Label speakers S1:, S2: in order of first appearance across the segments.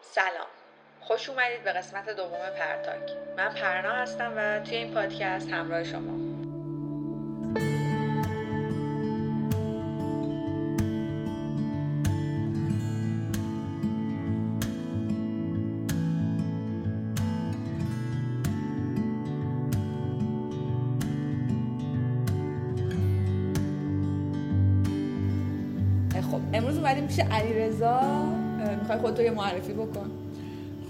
S1: سلام خوش اومدید به قسمت دوم پرتاک من پرنا هستم و توی این پادکست همراه شما خب امروز اومدیم پیش علیرضا اه، میخوای خودتو یه معرفی بکن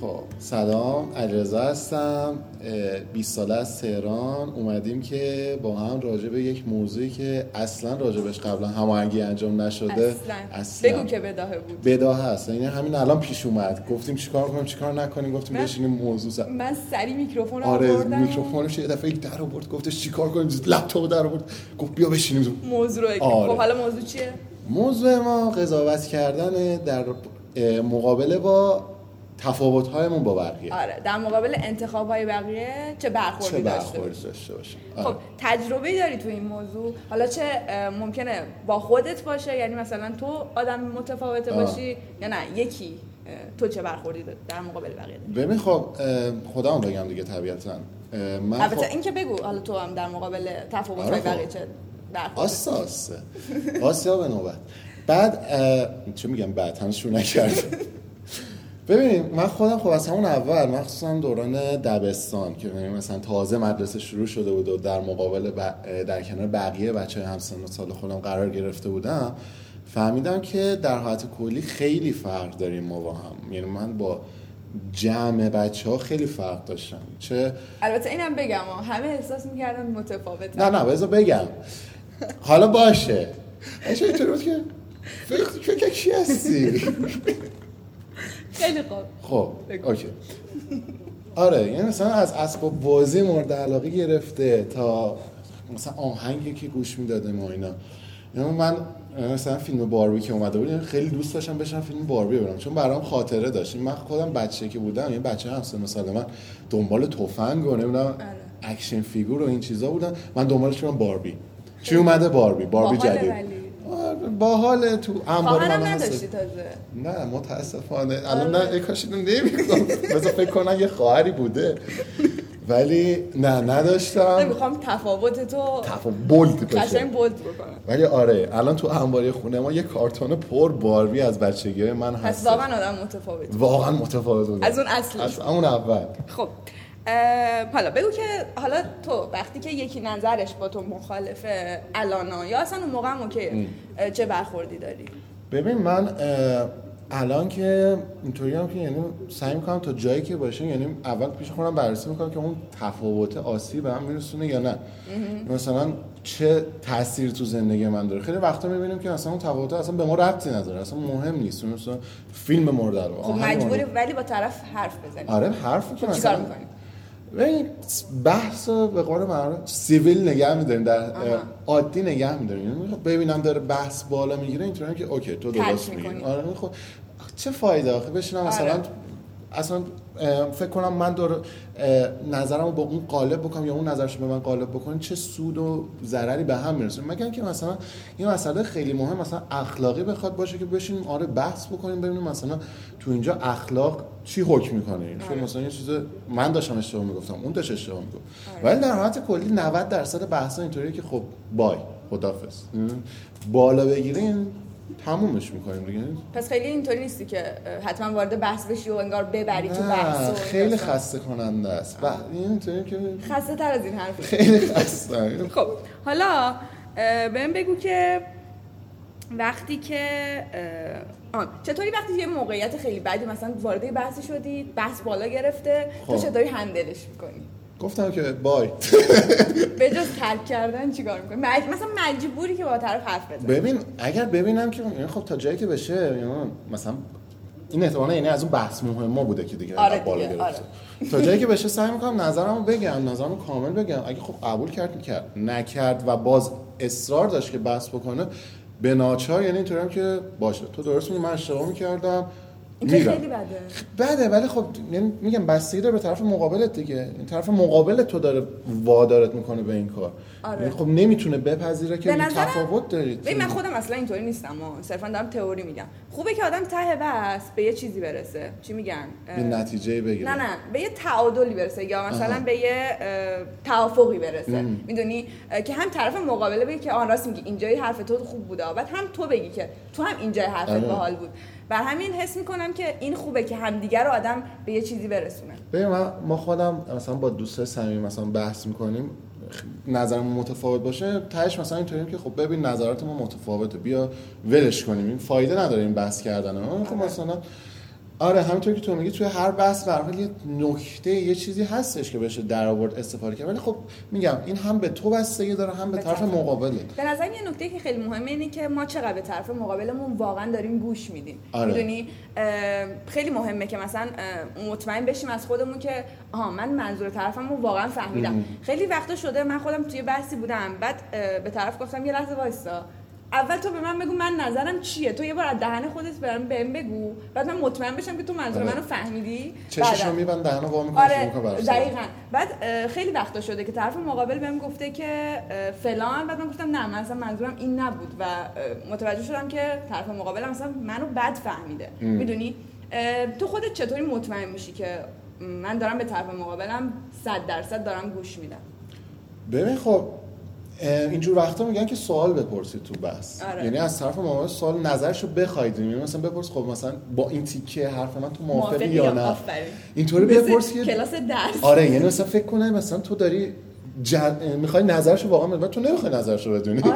S2: خب سلام علیرضا هستم اه، 20 ساله از تهران اومدیم که با هم راجع به یک موضوعی که اصلا راجبش قبلا هماهنگی انجام نشده
S1: اصلا,
S2: اصلاً
S1: بگو که بداهه بود
S2: بداهه است یعنی همین الان پیش اومد گفتیم چیکار کنیم چیکار نکنیم گفتیم
S1: من-
S2: بشینیم موضوع سر.
S1: من سری میکروفون رو
S2: آره
S1: آوردم و
S2: میکروفونش یه دفعه یک در آورد گفتش چیکار کنیم لپتاپ در آورد گفت بیا بشینیم
S1: موضوع رو
S2: آره.
S1: خب حالا موضوع چیه
S2: موضوع ما قضاوت کردن در اه، مقابله با تفاوت‌هایمون با بقیه
S1: آره در مقابل انتخاب های بقیه چه
S2: چه
S1: برخوردی داشته باشی؟
S2: برخوردی داشته باشیم
S1: خب
S2: آره.
S1: تجربه داری تو این موضوع حالا چه اه، ممکنه با خودت باشه یعنی مثلا تو آدم متفاوته
S2: آه.
S1: باشی یا نه یکی اه، تو چه برخوردی داری در مقابل بقیه داری؟
S2: ببین خب اه، خودم بگم دیگه طبیعتا اه، من
S1: البته
S2: خب
S1: این که بگو حالا تو هم در مقابل تفاوت
S2: آره
S1: های
S2: خب.
S1: بقیه چه برخورد
S2: آسا آسا آسیا به نوبت بعد اه، چه میگم بعد هنوز شروع نکردم ببینیم من خودم خب از همون اول مخصوصا دوران دبستان که یعنی مثلا تازه مدرسه شروع شده بود و در مقابل ب- در کنار بقیه بچه همسن و سال خودم قرار گرفته بودم فهمیدم که در حالت کلی خیلی فرق داریم ما با هم یعنی من با جمع بچه ها خیلی فرق داشتم چه
S1: البته اینم بگم ها، همه احساس میکردن متفاوت
S2: نه نه بذار بگم حالا باشه اش اینطور بود که فکر فکر که کی هستی
S1: خیلی خوب
S2: خب
S1: بگو.
S2: اوکی آره یعنی مثلا از اسباب بازی مورد علاقه گرفته تا مثلا آهنگی که گوش میدادیم و اینا یعنی من مثلا فیلم باربی که اومده بود یعنی خیلی دوست داشتم بشم فیلم باربی ببینم چون برام خاطره داشت یعنی من خودم بچه که بودم یعنی بچه هم سن و سال من دنبال تفنگ و
S1: آره.
S2: نمیدونم اکشن فیگور و این چیزا بودن من دنبالش بودم باربی چی اومده باربی باربی
S1: باحاله
S2: جدید
S1: ولی.
S2: آره، باحاله تو انبار
S1: خواهرم
S2: من هست
S1: نداشتی تازه
S2: نه متاسفانه الان
S1: آره.
S2: نه یه کاش اینو نمی‌گفت. بذار فکر کنم یه خواهری بوده ولی نه
S1: من
S2: نداشتم
S1: میخوام تفاوت تو
S2: تفا بولد
S1: قشنگ
S2: باشه
S1: بولد بکنم
S2: ولی آره الان تو انباری خونه ما یه کارتون پر باربی از بچگی من
S1: پس
S2: هست
S1: واقعا آدم متفاوتی
S2: واقعا متفاوت بوده
S1: از اون اصلی.
S2: از اون اول
S1: خب اه، حالا بگو که حالا تو وقتی که یکی نظرش با تو مخالفه الانا یا اصلا اون موقع هم اوکیه اه، چه برخوردی داری
S2: ببین من اه، الان که اینطوری هم که یعنی سعی میکنم تا جایی که باشه یعنی اول پیش خودم بررسی میکنم که اون تفاوت آسیب به هم میرسونه یا نه مثلا چه تاثیر تو زندگی من داره خیلی وقتا میبینیم که اصلا اون تفاوت اصلا به ما ربطی نداره اصلا مهم نیست مثلا فیلم مورد علاقه
S1: خب
S2: آهنگ مورد
S1: مجبوری ولی با طرف حرف بزنی
S2: آره حرف که
S1: خب
S2: مثلا
S1: چیکار می‌کنی؟
S2: ببین، بحث رو به قول معروف سیویل نگه میداریم در
S1: آها.
S2: عادی نگه میداریم یعنی خب ببینم داره بحث بالا میگیره اینطوری که اوکی تو
S1: ترک
S2: درست
S1: می‌کنی.
S2: میگی آره خب چه فایده آخه بشینم
S1: آره.
S2: مثلا اصلا اه، فکر کنم من دور اه، نظرمو با اون قالب بکنم یا اون نظرش به من قالب بکنه چه سود و ضرری به هم میرسه مگر که مثلا این مسئله خیلی مهم مثلا اخلاقی بخواد باشه که بشینیم آره بحث بکنیم ببینیم مثلا تو اینجا اخلاق چی حکم میکنه چون مثلا یه چیز من داشتم اشتباه میگفتم اون داشت اشتباه میگفت ولی در حالت کلی 90 درصد بحثا اینطوریه که خب بای خدافظ بالا بگیرین تمومش میکنیم دیگه
S1: پس خیلی اینطوری نیستی که اه، حتما وارد بحث بشی و انگار ببری تو
S2: نه،
S1: بحث و این
S2: خیلی
S1: داستان.
S2: خسته کننده است و اینطوری که
S1: خسته تر از این حرفی
S2: خیلی خسته
S1: خب حالا اه، بهم بگو که وقتی که اه، آه، چطوری وقتی یه موقعیت خیلی بدی مثلا وارد یه بحثی شدی بحث بالا گرفته تو
S2: خب.
S1: چطوری هندلش میکنی
S2: گفتم که بای
S1: به جز ترک کردن چیکار میکنی مج... مثلا مجبوری که با طرف حرف بزنی
S2: ببین اگر ببینم که یعنی خب تا جایی که بشه یعنی مثلا این احتمالا یعنی از اون بحث مهم ما بوده که دیگه
S1: آره
S2: انقدر بالا
S1: دیگه، آره.
S2: گرفته تا جایی که بشه سعی میکنم نظرمو بگم نظرمو کامل بگم اگه خب قبول کرد میکرد نکرد و باز اصرار داشت که بحث بکنه به ناچار یعنی اینطوریم که باشه تو درست میگی من اشتباه میکردم
S1: این که
S2: میرم.
S1: خیلی بده
S2: بده ولی خب یعنی میگم بستگی داره به طرف مقابلت دیگه این طرف مقابل تو داره وادارت میکنه به این کار
S1: آره.
S2: یعنی خب نمیتونه بپذیره که
S1: به
S2: این
S1: نظرم-
S2: تفاوت دارید
S1: ببین من خودم اصلا اینطوری نیستم ها. صرفا دارم تئوری میگم خوبه که آدم ته بس به یه چیزی برسه چی میگن اه،
S2: به نتیجه بگیره
S1: نه نه به یه تعادلی برسه یا مثلا
S2: آها.
S1: به یه اه، توافقی برسه
S2: مم.
S1: میدونی که هم طرف مقابله بگی که آن راست میگی اینجای حرف تو خوب بوده بعد هم تو بگی که تو هم اینجای حرف
S2: آره.
S1: باحال بود بر همین حس میکنم که این خوبه که همدیگه رو آدم به یه چیزی برسونه
S2: ببین من- ما خودم مثلا با دوستای صمیم مثلا بحث میکنیم نظرمون متفاوت باشه تهش مثلا اینطوریم که خب ببین نظرات ما متفاوته بیا ولش کنیم این فایده نداره این بحث کردن آه، خب
S1: آره.
S2: مثلا آره همینطور که تو میگی توی هر بحث به هر حال یه نکته یه چیزی هستش که بشه در آورد استفاده کرد ولی خب میگم این هم به تو بستگی داره هم به
S1: به
S2: طرف
S1: طرف.
S2: مقابله
S1: به نظر یه نکته که خیلی مهمه اینه که ما چقدر به طرف مقابلمون واقعا داریم گوش میدیم
S2: آره.
S1: میدونی خیلی مهمه که مثلا اه، مطمئن بشیم از خودمون که آها من منظور طرفم رو واقعا فهمیدم
S2: مم.
S1: خیلی وقتا شده من خودم توی بحثی بودم بعد اه، به طرف گفتم یه لحظه وایسا اول تو به من بگو من نظرم چیه تو یه بار از دهن خودت برام بهم بگو بعد من مطمئن بشم که تو منظور
S2: آره.
S1: منو فهمیدی
S2: چشش
S1: بعداً.
S2: رو میبند دهن رو وا می‌کنه، شروع
S1: بله. آره
S2: می‌کنه برقصیدن.
S1: دقیقا بعد اه، خیلی وقتا شده که طرف مقابل بهم گفته که اه، فلان بعد من گفتم نه من اصلا منظورم این نبود و اه، متوجه شدم که طرف مقابل مثلا منو بد فهمیده
S2: ام.
S1: میدونی اه، تو خودت چطوری مطمئن میشی که م، من دارم به طرف مقابلم صد درصد دارم گوش میدم
S2: ببین خب اه، اینجور وقتا میگن که سوال بپرسید تو بس
S1: آره.
S2: یعنی از طرف مقابل سوال نظرشو بخواید یعنی مثلا بپرس خب مثلا با این تیکه حرف من تو موافقی یا نه
S1: آفرین.
S2: اینطوری
S1: مثل
S2: بپرس که
S1: کلاس درس
S2: آره یعنی مثلا فکر کنه مثلا تو داری جد... میخوای نظرشو واقعا بدونی و تو نمیخوای نظرشو بدونی
S1: آره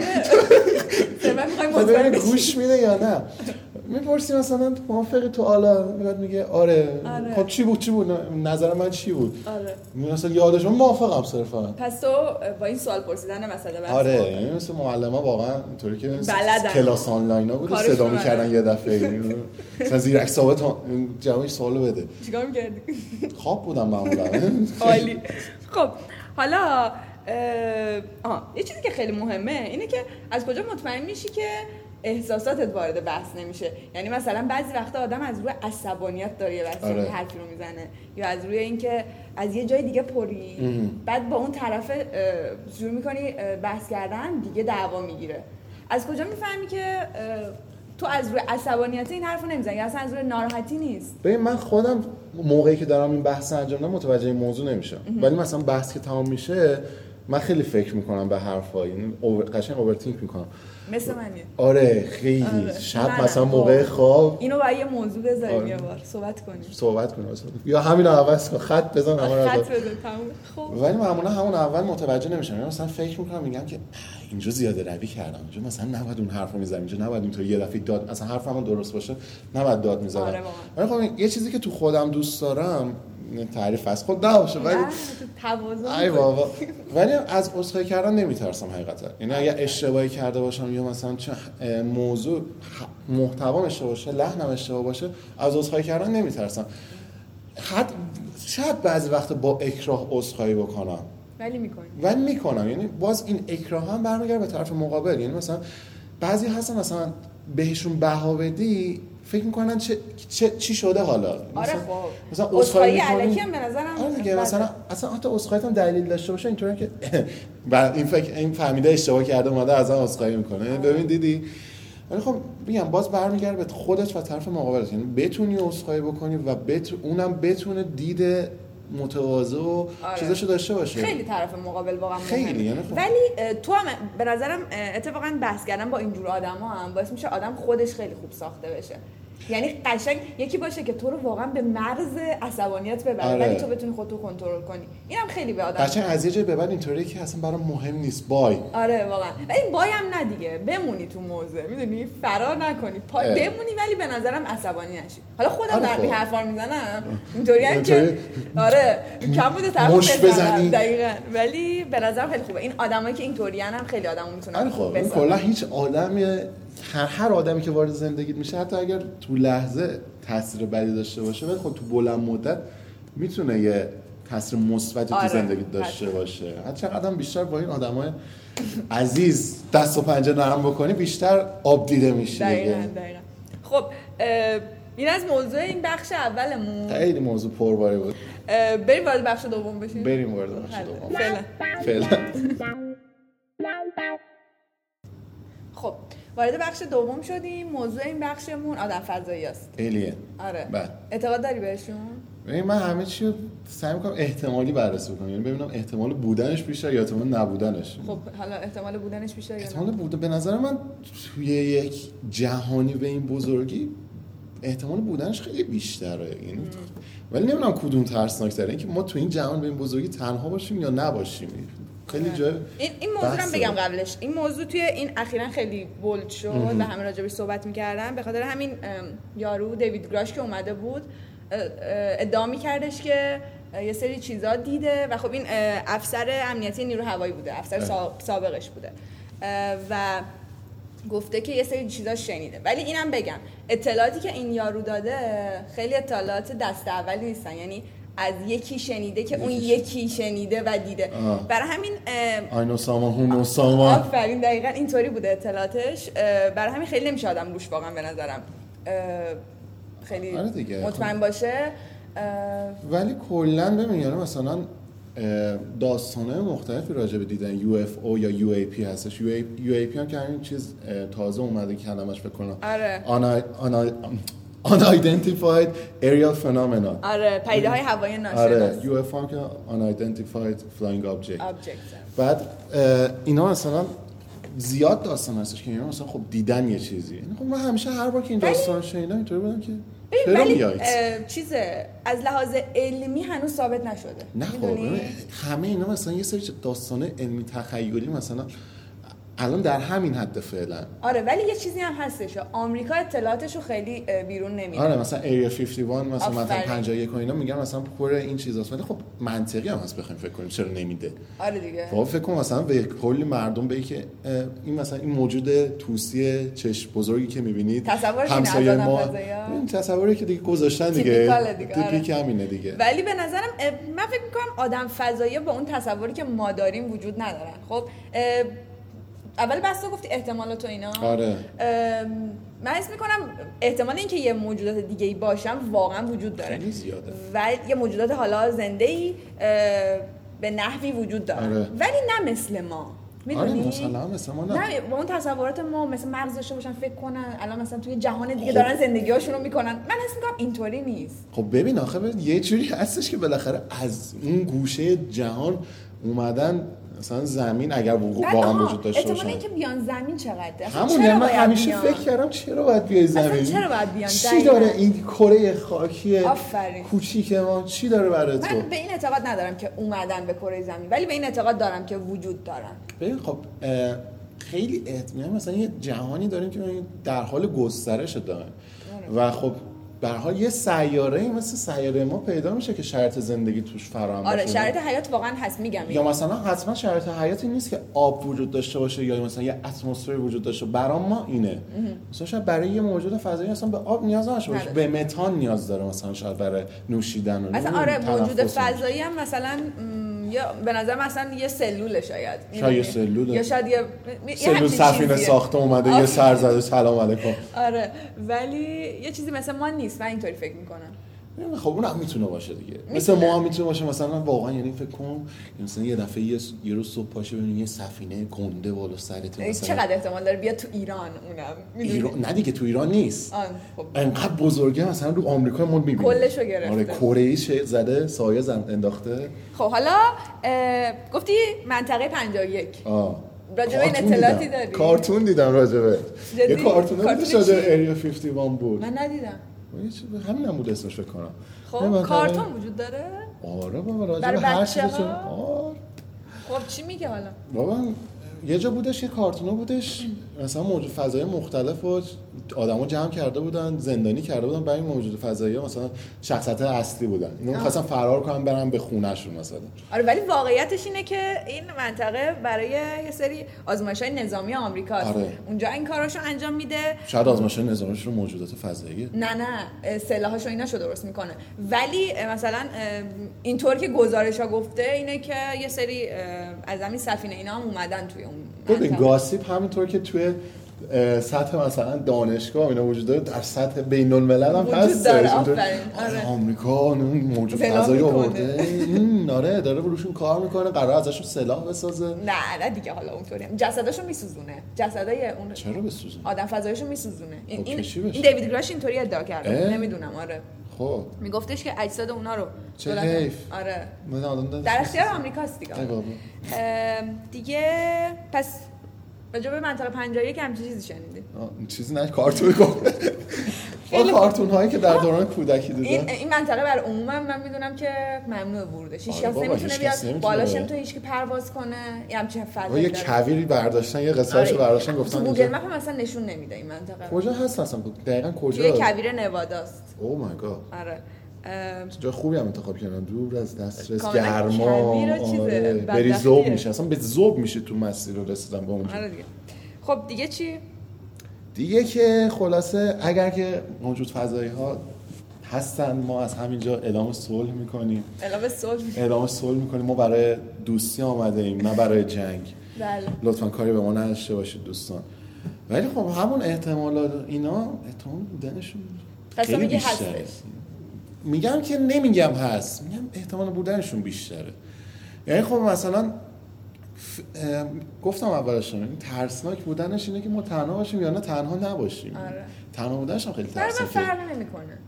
S1: صرفا می‌خوایم
S2: تو
S1: مطمئن
S2: ببینی
S1: بشیم.
S2: خب، گوش میده یا نه میپرسی مثلا تو موافقی تو آلا بعد میگه آره.
S1: آره.
S2: خب چی بود چی بود نظر من چی بود
S1: آره
S2: مثلا یادش من موافقم صرفا
S1: پس تو اه، با این سوال پرسیدن مسئله بحث
S2: آره
S1: مقابل.
S2: یعنی مثل معلم ها واقعا اینطوری که س-
S1: بلدن.
S2: کلاس آنلاین ها بود و
S1: کارشون
S2: صدا
S1: بلدن.
S2: میکردن یه دفعه یعنی مثلا زیر عکس ثابت ها- جوابش سوالو بده
S1: چیکار می‌کردی
S2: خواب بودم معمولا
S1: عالی خب حالا اه، آها یه چیزی که خیلی مهمه اینه که از کجا مطمئن میشی که احساساتت وارد بحث نمیشه یعنی مثلا بعضی وقتا آدم از روی عصبانیت داره یه بحثی
S2: آره.
S1: یه حرفی رو میزنه یا از روی اینکه از یه جای دیگه پری
S2: مهم.
S1: بعد با اون طرف اه، شروع میکنی بحث کردن دیگه دعوا میگیره از کجا میفهمی که اه، تو از روی عصبانیت این حرف رو نمیزنی یا اصلا از روی ناراحتی نیست
S2: ببین من خودم موقعی که دارم این بحث رو انجام میدم متوجه این موضوع نمیشم ولی مثلا بحث که تمام میشه من خیلی فکر میکنم به حرفا یعنی اوور- قشنگ اوورتینک میکنم
S1: مثل منیه
S2: آره خیلی
S1: آره. نه،
S2: شب
S1: نه.
S2: مثلا موقع خواب
S1: اینو برای یه موضوع بذاریم
S2: آره.
S1: یه بار صحبت کنیم
S2: صحبت کنم مثلا. یا همین رو عوض کن خط بزن همه رو عوض کن.
S1: خط بده تموم خب
S2: ولی معمولا همون اول متوجه نمیشم یعنی مثلا فکر میکنم میگم که اه، اینجا زیاده روی کردم اینجا مثلا نباید اون حرفو میزدم اینجا نباید اینطوری یه دفعه داد اصلا حرف هم درست باشه نباید داد
S1: آره
S2: میزدم
S1: واقعا.
S2: ولی خب این- یه چیزی که تو خودم دوست دارم تعریف از خود نباشه ولی
S1: نه، بله، تو توازن
S2: ای
S1: می‌کنی.
S2: بابا ولی از عذرخواهی کردن نمیترسم حقیقتا یعنی اگه اشتباهی کرده باشم یا مثلا چه اه، موضوع ح- محتوام اشتباه باشه لحنم اشتباه باشه از عذرخواهی کردن نمیترسم حد شاید بعضی وقت با اکراه عذرخواهی بکنم
S1: ولی میکنی
S2: و میکنم یعنی باز این اکراه هم برمیگرده به طرف مقابل یعنی مثلا بعضی هستن مثلا بهشون بها بدی فکر میکنن چه, چه چی شده حالا
S1: آره
S2: مثلا-
S1: خب
S2: مثلا
S1: عذرخواهی
S2: عذرخواهی
S1: علکی
S2: می‌کنی؟
S1: هم بله. به نظرم
S2: آره دیگه
S1: بده.
S2: مثلا اصلا حتی اسخایت هم دلیل داشته باشه اینطوری که و این فکر این فهمیده اشتباه کرده اومده از هم اسخایی میکنه یعنی
S1: آره.
S2: ببین دیدی ولی خب میگم باز برمیگرده به خودت و طرف مقابلت یعنی بتونی اسخایی بکنی و بت... اونم بتونه دید متواضع و
S1: آره.
S2: چیزاشو داشته باشه
S1: خیلی طرف مقابل واقعا مهمه.
S2: خیلی، یعنی خب.
S1: ولی اه، تو هم به نظرم اه، اتفاقا بحث کردن با اینجور آدما هم باعث میشه آدم خودش خیلی خوب ساخته بشه یعنی قشنگ یکی باشه که تو رو واقعا به مرز عصبانیت ببره
S2: آره.
S1: ولی تو بتونی خودتو کنترل کنی اینم خیلی به آدم
S2: قشنگ از یه جای به بعد اینطوری که اصلا برام مهم نیست بای
S1: آره واقعا و این بای هم نه دیگه بمونی تو موزه میدونی فرار نکنی پا...
S2: اه.
S1: بمونی ولی به نظرم عصبانی نشی حالا خودم
S2: آره
S1: در
S2: خب.
S1: بی حرفا رو میزنم اینطوری هم که
S2: اینطوری-
S1: آره کم بوده طرف
S2: مشت
S1: بزنم.
S2: بزنی.
S1: دقیقاً ولی به نظرم خیلی خوبه این آدمایی که اینطوری هم خیلی آدمو میتونن
S2: آره خب این کلا هیچ آدمی هر, هر آدمی که وارد زندگیت میشه حتی اگر تو لحظه تاثیر بدی داشته باشه ولی خب تو بلند مدت میتونه یه تاثیر مثبتی
S1: آره،
S2: تو زندگیت داشته باشه هر چقدر هم بیشتر با این آدمای عزیز دست و پنجه نرم بکنی بیشتر آب دیده میشی
S1: دقیقاً
S2: دیگه
S1: دقیقاً خب اه، این از موضوع این بخش اولمون
S2: خیلی موضوع پرباری بود
S1: اه، بریم وارد بخش دوم بشیم
S2: بریم وارد بخش
S1: بله.
S2: دوم.
S1: فعلا
S2: فعلا
S1: خب وارد بخش دوم شدیم موضوع این بخشمون آدم فضایی است
S2: ایلین
S1: آره
S2: بله.
S1: اعتقاد داری بهشون
S2: ببین من همه چی رو سعی میکنم احتمالی بررسی کنم یعنی ببینم احتمال بودنش بیشتر یا احتمال نبودنش
S1: خب حالا احتمال بودنش بیشتر یا
S2: احتمال
S1: نه
S2: بوده به نظر من توی یک جهانی به این بزرگی احتمال بودنش خیلی بیشتره یعنی ولی نمیدونم کدوم ترسناک‌تره اینکه ما تو این جهان به این بزرگی تنها باشیم یا نباشیم خیلی جای
S1: این, این موضوع رو هم
S2: بحثه.
S1: بگم قبلش این موضوع توی این اخیرا خیلی بولد شد و همه راجبش صحبت میکردن به خاطر همین ام، یارو دیوید گراش که اومده بود اه، اه، ادعا میکردش که اه، یه سری چیزا دیده و خب این اه، افسر امنیتی نیرو هوایی بوده افسر
S2: بله.
S1: سا- سابقش بوده اه، و گفته که یه سری چیزا شنیده ولی اینم بگم اطلاعاتی که این یارو داده خیلی اطلاعات دست اولی نیستن یعنی از یکی شنیده که اون
S2: یکیش.
S1: یکی شنیده و دیده
S2: آه.
S1: برای همین اه،
S2: آینو ساما هونو ساما
S1: آفرین دقیقا اینطوری بوده اطلاعاتش اه، برای همین خیلی نمیشه آدم روش واقعا به نظرم اه، خیلی
S2: آره دیگه.
S1: مطمئن باشه اه،
S2: ولی کلا ببین یعنی مثلا اه، داستانهای مختلفی راجع به دیدن UFO یا UAP هستش UAP, هم که همین چیز اه، تازه اومده که کلمش بکنم
S1: آره
S2: unidentified aerial phenomena
S1: آره پیده های هوایی ناشناس
S2: آره UFO هم که unidentified flying object
S1: Objects.
S2: بعد اه، اینا مثلا زیاد داستان هستش که اینا مثلا خب دیدن یه چیزی یعنی خب من همیشه هر بار که این
S1: ولی-
S2: داستان شنیدم اینطوری بودم که
S1: ببین،
S2: چرا
S1: ولی
S2: میایید
S1: اه، چیزه از لحاظ علمی هنوز ثابت نشده
S2: نه خب
S1: می‌دونی؟
S2: ببین، همه اینا مثلا یه سری داستان علمی تخیلی مثلا الان در همین حد فعلا
S1: آره ولی یه چیزی هم هستش آمریکا اطلاعاتش رو خیلی اه، بیرون نمیده
S2: آره مثلا ایریا 51 مثلا
S1: آفرین.
S2: مثلا 51 و اینا میگن مثلا پر این چیزاست ولی خب منطقی هم هست بخوایم فکر کنیم چرا نمیده
S1: آره دیگه
S2: خب فکر کنم مثلا به کلی مردم به که اه، این مثلا این موجود توسی چش بزرگی که میبینید
S1: تصورش اینه از آدم فضایا؟
S2: این تصوری که دیگه گذاشتن
S1: تیپیکاله
S2: دیگه
S1: دیگه، آره.
S2: تیپیک همینه دیگه
S1: ولی به نظرم اه، من فکر میکنم آدم فضایی با اون تصوری که ما داریم وجود ندارن خب اه، اول بس تو گفتی احتمالات و اینا
S2: آره.
S1: اه، من حس میکنم احتمال اینکه یه موجودات دیگه ای باشم واقعا وجود داره
S2: خیلی زیاده.
S1: و یه موجودات حالا زنده ای به نحوی وجود داره
S2: آره.
S1: ولی نه مثل ما
S2: آره
S1: میدونی
S2: مسلما مثلا ما نه
S1: نه با اون تصورات ما مثل مغز داشته باشن فکر کنن الان مثلا توی جهان دیگه دارن زندگیاشون رو میکنن من حس میکنم اینطوری نیست
S2: خب ببین آخه ببین یه جوری هستش که بالاخره از اون گوشه جهان اومدن مثلا زمین اگر وقوع-
S1: بعد
S2: واقعا
S1: آها،
S2: وجود داشته
S1: احتمال
S2: باشن
S1: اینکه بیان زمین چقدره اصلا
S2: همون
S1: چرا
S2: یعنی من
S1: باید
S2: همیشه
S1: بیان؟
S2: فکر کردم چرا باید بیای زمین
S1: اصلا چرا باید بیان؟
S2: چی
S1: دقیقاً.
S2: داره این کره خاکی
S1: آفرین.
S2: کوچیک ما چی داره برای تو
S1: من به این اعتقاد ندارم که اومدن به کره زمین ولی به این اعتقاد دارم که وجود دارن
S2: ببین خب اه، خیلی احتمال مثلا یه جهانی داریم که ببین در حال گسترش دارن
S1: آره.
S2: و خب به هر حال یه سیاره مثل سیاره ما پیدا میشه که شرط زندگی توش فراهم
S1: آره
S2: باشه.
S1: شرایط حیات واقعا هست میگم
S2: یا مثلا حتما شرایط حیاتی نیست که آب وجود داشته باشه یا مثلا یه اتمسفر وجود داشته باشه برای ما اینه مثلا شاید برای یه موجود فضایی اصلا به آب نیاز نداشته باشه
S1: نداره.
S2: به متان نیاز داره مثلا شاید برای نوشیدن و
S1: اصلا
S2: نمی‌دونم
S1: آره موجود
S2: تنفس و-
S1: فضایی هم مثلا م، یا به نظر من اصلا یه سلوله شاید
S2: شاید یه
S1: می‌دونی؟
S2: سلوله.
S1: یا شاید یه یه
S2: سلول
S1: همچین
S2: سفینه
S1: چیزیه.
S2: ساخته اومده یه
S1: آره.
S2: سر زده سلام علیکم
S1: آره ولی یه چیزی مثل ما نیست من اینطوری فکر میکنم
S2: خب اون هم میتونه باشه دیگه مثل ما هم میتونه باشه مثلا واقعا یعنی فکر کن مثلا یه دفعه یه, یه روز صبح پاشه ببینی یه سفینه گنده بالا سرت مثلا
S1: یعنی چقدر احتمال داره بیاد تو ایران اونم می‌دونی؟
S2: ایران نه دیگه تو ایران نیست
S1: آن خب
S2: انقدر بزرگه مثلا رو آمریکا ما میبینیم
S1: کلشو گرفته.
S2: آره کره ای زده سایه زن انداخته
S1: خب حالا اه، گفتی منطقه 51
S2: آه
S1: راجبه این
S2: کارتون
S1: اطلاعاتی
S2: دیدم.
S1: داری؟
S2: کارتون دیدم راجبه
S1: جدی؟
S2: یه کارتون
S1: کارتون
S2: بود شده
S1: چی؟
S2: اریا 51 بود خب،
S1: من ندیدم
S2: یه چی بود؟ همین هم بود اسمش فکر کنم نه،
S1: خب
S2: من
S1: کارتون وجود داره
S2: آره بابا راجبه
S1: برای
S2: هر
S1: بچه‌ها؟
S2: چیزی چون- آره
S1: خب چی میگه حالا
S2: بابا یه جا بودش یه کارتونا بودش مثلا موجود فضای مختلف و آدما جمع کرده بودن زندانی کرده بودن برای این موجود فضایی ها مثلا شخصیت اصلی بودن اینا می‌خواستن فرار کنن برن به خونه‌شون مثلا
S1: آره ولی واقعیتش اینه که این منطقه برای یه سری آزمایش های نظامی آمریکاست
S2: آره.
S1: اونجا این کاراشو انجام میده
S2: شاید آزمایش نظامش رو موجودات فضایی
S1: نه نه سلاحاشو اینا شو درست میکنه ولی اه، مثلا اه، اینطور که گزارش ها گفته اینه که یه سری اه، از همین سفینه اینا هم اومدن توی اون
S2: ببین
S1: منطقه.
S2: گاسیپ همینطور که توی اه، سطح مثلا دانشگاه اینا وجود داره در سطح بین الملل هم
S1: وجود
S2: هست
S1: داره،
S2: اینطور،
S1: آفرین،
S2: آره
S1: آره.
S2: آمریکا اون موجود
S1: سلاح
S2: فضایی
S1: می‌کنه.
S2: آورده این، آره داره روشون کار میکنه قرار ازشون سلاح بسازه
S1: نه نه دیگه حالا اونطوری هم جسداشو میسوزونه جسدای اون
S2: چرا بسوزون
S1: آدم فضایشو میسوزونه این
S2: خب
S1: این,
S2: کشی بشه.
S1: این دیوید گراش اینطوری ادعا کرده
S2: اه؟
S1: نمیدونم آره
S2: خب
S1: میگفتش که اجساد اونا رو
S2: چه
S1: دولت-
S2: حیف.
S1: آره
S2: من آدم دادم.
S1: در اختیار آمریکاست دیگه
S2: ای
S1: آره.
S2: بابا.
S1: ام، دیگه پس راجع به منطقه 51 هم چیزی شنیدی
S2: آه، چیزی نه کارتون گفت با کارتون هایی که در دوران کودکی
S1: این
S2: دیدم
S1: این منطقه بر عموما من میدونم که ممنوع ورودش هیچ
S2: آره
S1: کس
S2: بابا،
S1: نمیتونه
S2: هیچ
S1: بیاد
S2: کس نمیتونه
S1: بالاش
S2: بره.
S1: نمیتونه هیچ کی پرواز کنه یا همچین
S2: با
S1: فضایی
S2: یه
S1: داره.
S2: کویری برداشتن یه قصه
S1: آره.
S2: هاشو برداشتن
S1: تو
S2: گفتن
S1: گوگل
S2: اینجا.
S1: مپ هم اصلا نشون نمیده این منطقه رو.
S2: کجا هست اصلا دقیقا
S1: توی
S2: کجا
S1: کویر نواداست
S2: او مای گاد
S1: آره ام،
S2: Oh جای خوبی هم انتخاب کردن دور از دسترس
S1: کاملا
S2: گرما
S1: کویر و چیزه،
S2: آره.
S1: بدبختیه.
S2: بری زوب میشه اصلا به زوب میشه تو مسیر رو رسیدن با اونجا
S1: آره دیگه خب دیگه چی
S2: دیگه که خلاصه اگر که موجود فضایی ها هستن ما از همینجا اعلام صلح میکنیم
S1: اعلام صلح
S2: اعلام صلح میکنیم ما برای دوستی آمده ایم نه برای جنگ
S1: بله
S2: لطفا کاری به ما نداشته باشید دوستان ولی خب همون احتمالات اینا احتمال بودنشون
S1: پس تو
S2: خیلی
S1: میگی
S2: بیشتره
S1: هستش.
S2: میگم که نمیگم هست میگم احتمال بودنشون بیشتره یعنی خب مثلا ف- ام، گفتم اولشون این ترسناک بودنش اینه که ما تنها باشیم یا نه تنها نباشیم
S1: آره.
S2: تنها بودنش هم خیلی
S1: برای من
S2: ترسناکه
S1: فرق نمیکنه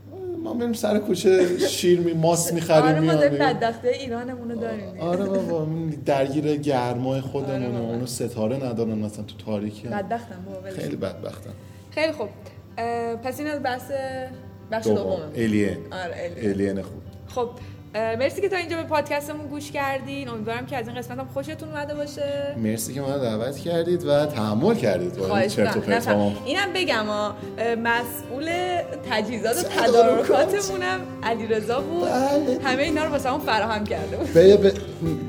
S2: ما میریم سر کوچه شیر می ماست میخریم
S1: آره ما داریم بدبختی ایرانمون رو داریم
S2: آره بابا اون درگیر گرمای
S1: آره
S2: خودمون
S1: بابا.
S2: اونو ستاره ندارن مثلا تو تاریکی هم.
S1: بدبختم بابا ولش
S2: خیلی بدبختم
S1: خیلی خوب اه، پس این از بحث بخش
S2: دوم
S1: دومه
S2: الین
S1: آره علی.
S2: الین خوب
S1: خب اه، مرسی که تا اینجا به پادکستمون گوش کردین امیدوارم که از این قسمت هم خوشتون اومده باشه
S2: مرسی که منو دعوت کردید و تحمل کردید با بله، این
S1: خواهش
S2: چرت و
S1: می‌کنم. نه،
S2: پرتام
S1: فهم. اینم بگم ها اه، مسئول تجهیزات و
S2: تدارکات.
S1: تدارکاتمونم علیرضا بود
S2: بله.
S1: همه اینا رو واسه همون فراهم کرده بود
S2: به به-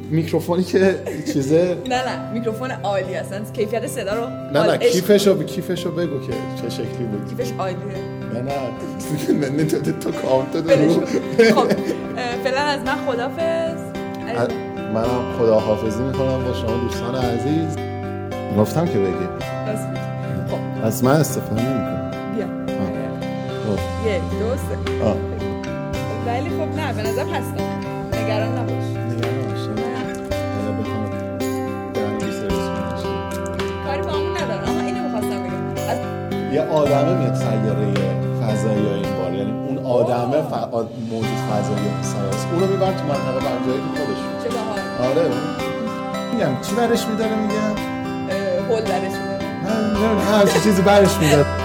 S2: میکروفونی که چیزه
S1: نه نه میکروفون عالی اصلا کیفیت صدا رو
S2: نه نه
S1: عالی- آره، عشق-
S2: کیفشو کیفشو بگو که چه شکلی بود
S1: کیفش عالیه
S2: نه نه نه نه تو تو کامنت
S1: ولش
S2: رو
S1: کن. خب اه، فعلا از من خدافظ
S2: از- منم خداحافظی میکنم با شما دوستان عزیز گفتم که بگی
S1: راست می‌گی. خب
S2: از من استفاده نمیکنم خب،
S1: بیا یک دو سه ولی خب نه به نظر هستم نگران نباش نه، کاری با اون ندارم آها اینو میخواستم بگم از-
S2: یه آدمه میاد سیاره فضایی ها این بار یعنی اون آدمه ف... آد- موجود فضایی ها سیاره اونو میبرن تو منطقه بنجایی که خودش
S1: چه باحال
S2: آره میگم چی برش میداره میگم
S1: اه، هل درش می‌ده.
S2: نه نمی‌دونم، هر چی چیزی برش میداد